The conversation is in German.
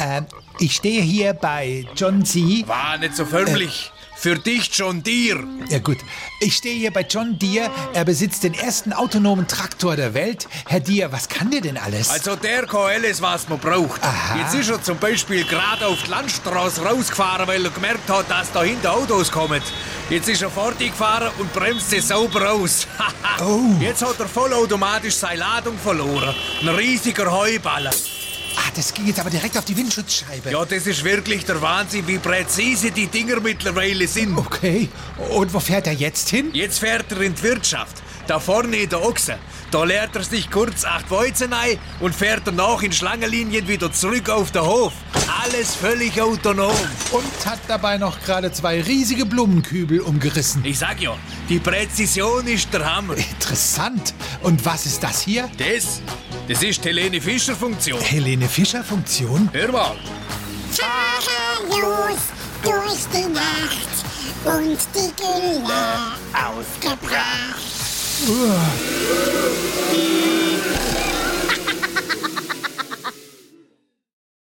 Ähm, ich stehe hier bei John C. War nicht so förmlich. Äh. Für dich, John Deere. Ja gut, ich stehe hier bei John Deere. Er besitzt den ersten autonomen Traktor der Welt. Herr Deere, was kann der denn alles? Also der kann alles, was man braucht. Aha. Jetzt ist er zum Beispiel gerade auf die Landstraße rausgefahren, weil er gemerkt hat, dass da hinten Autos kommen. Jetzt ist er fortgefahren und bremst sie sauber aus. Oh. Jetzt hat er vollautomatisch seine Ladung verloren. Ein riesiger Heuballer. ah, das ging jetzt aber direkt auf die Windschutzscheibe. Ja, das ist wirklich der Wahnsinn, wie präzise die Dinger mittlerweile sind. Okay, und wo fährt er jetzt hin? Jetzt fährt er in die Wirtschaft. Da vorne in der Ochse. Da leert er sich kurz acht Weizen ein und fährt danach in Schlangenlinien wieder zurück auf den Hof. Alles völlig autonom. Und hat dabei noch gerade zwei riesige Blumenkübel umgerissen. Ich sag ja, die Präzision ist der Hammer. Interessant. Und was ist das hier? Das, das ist die Helene Fischer-Funktion. Helene Fischer Funktion? Hör mal. Fahre los durch die Nacht und die Gülle ausgebracht. Uah.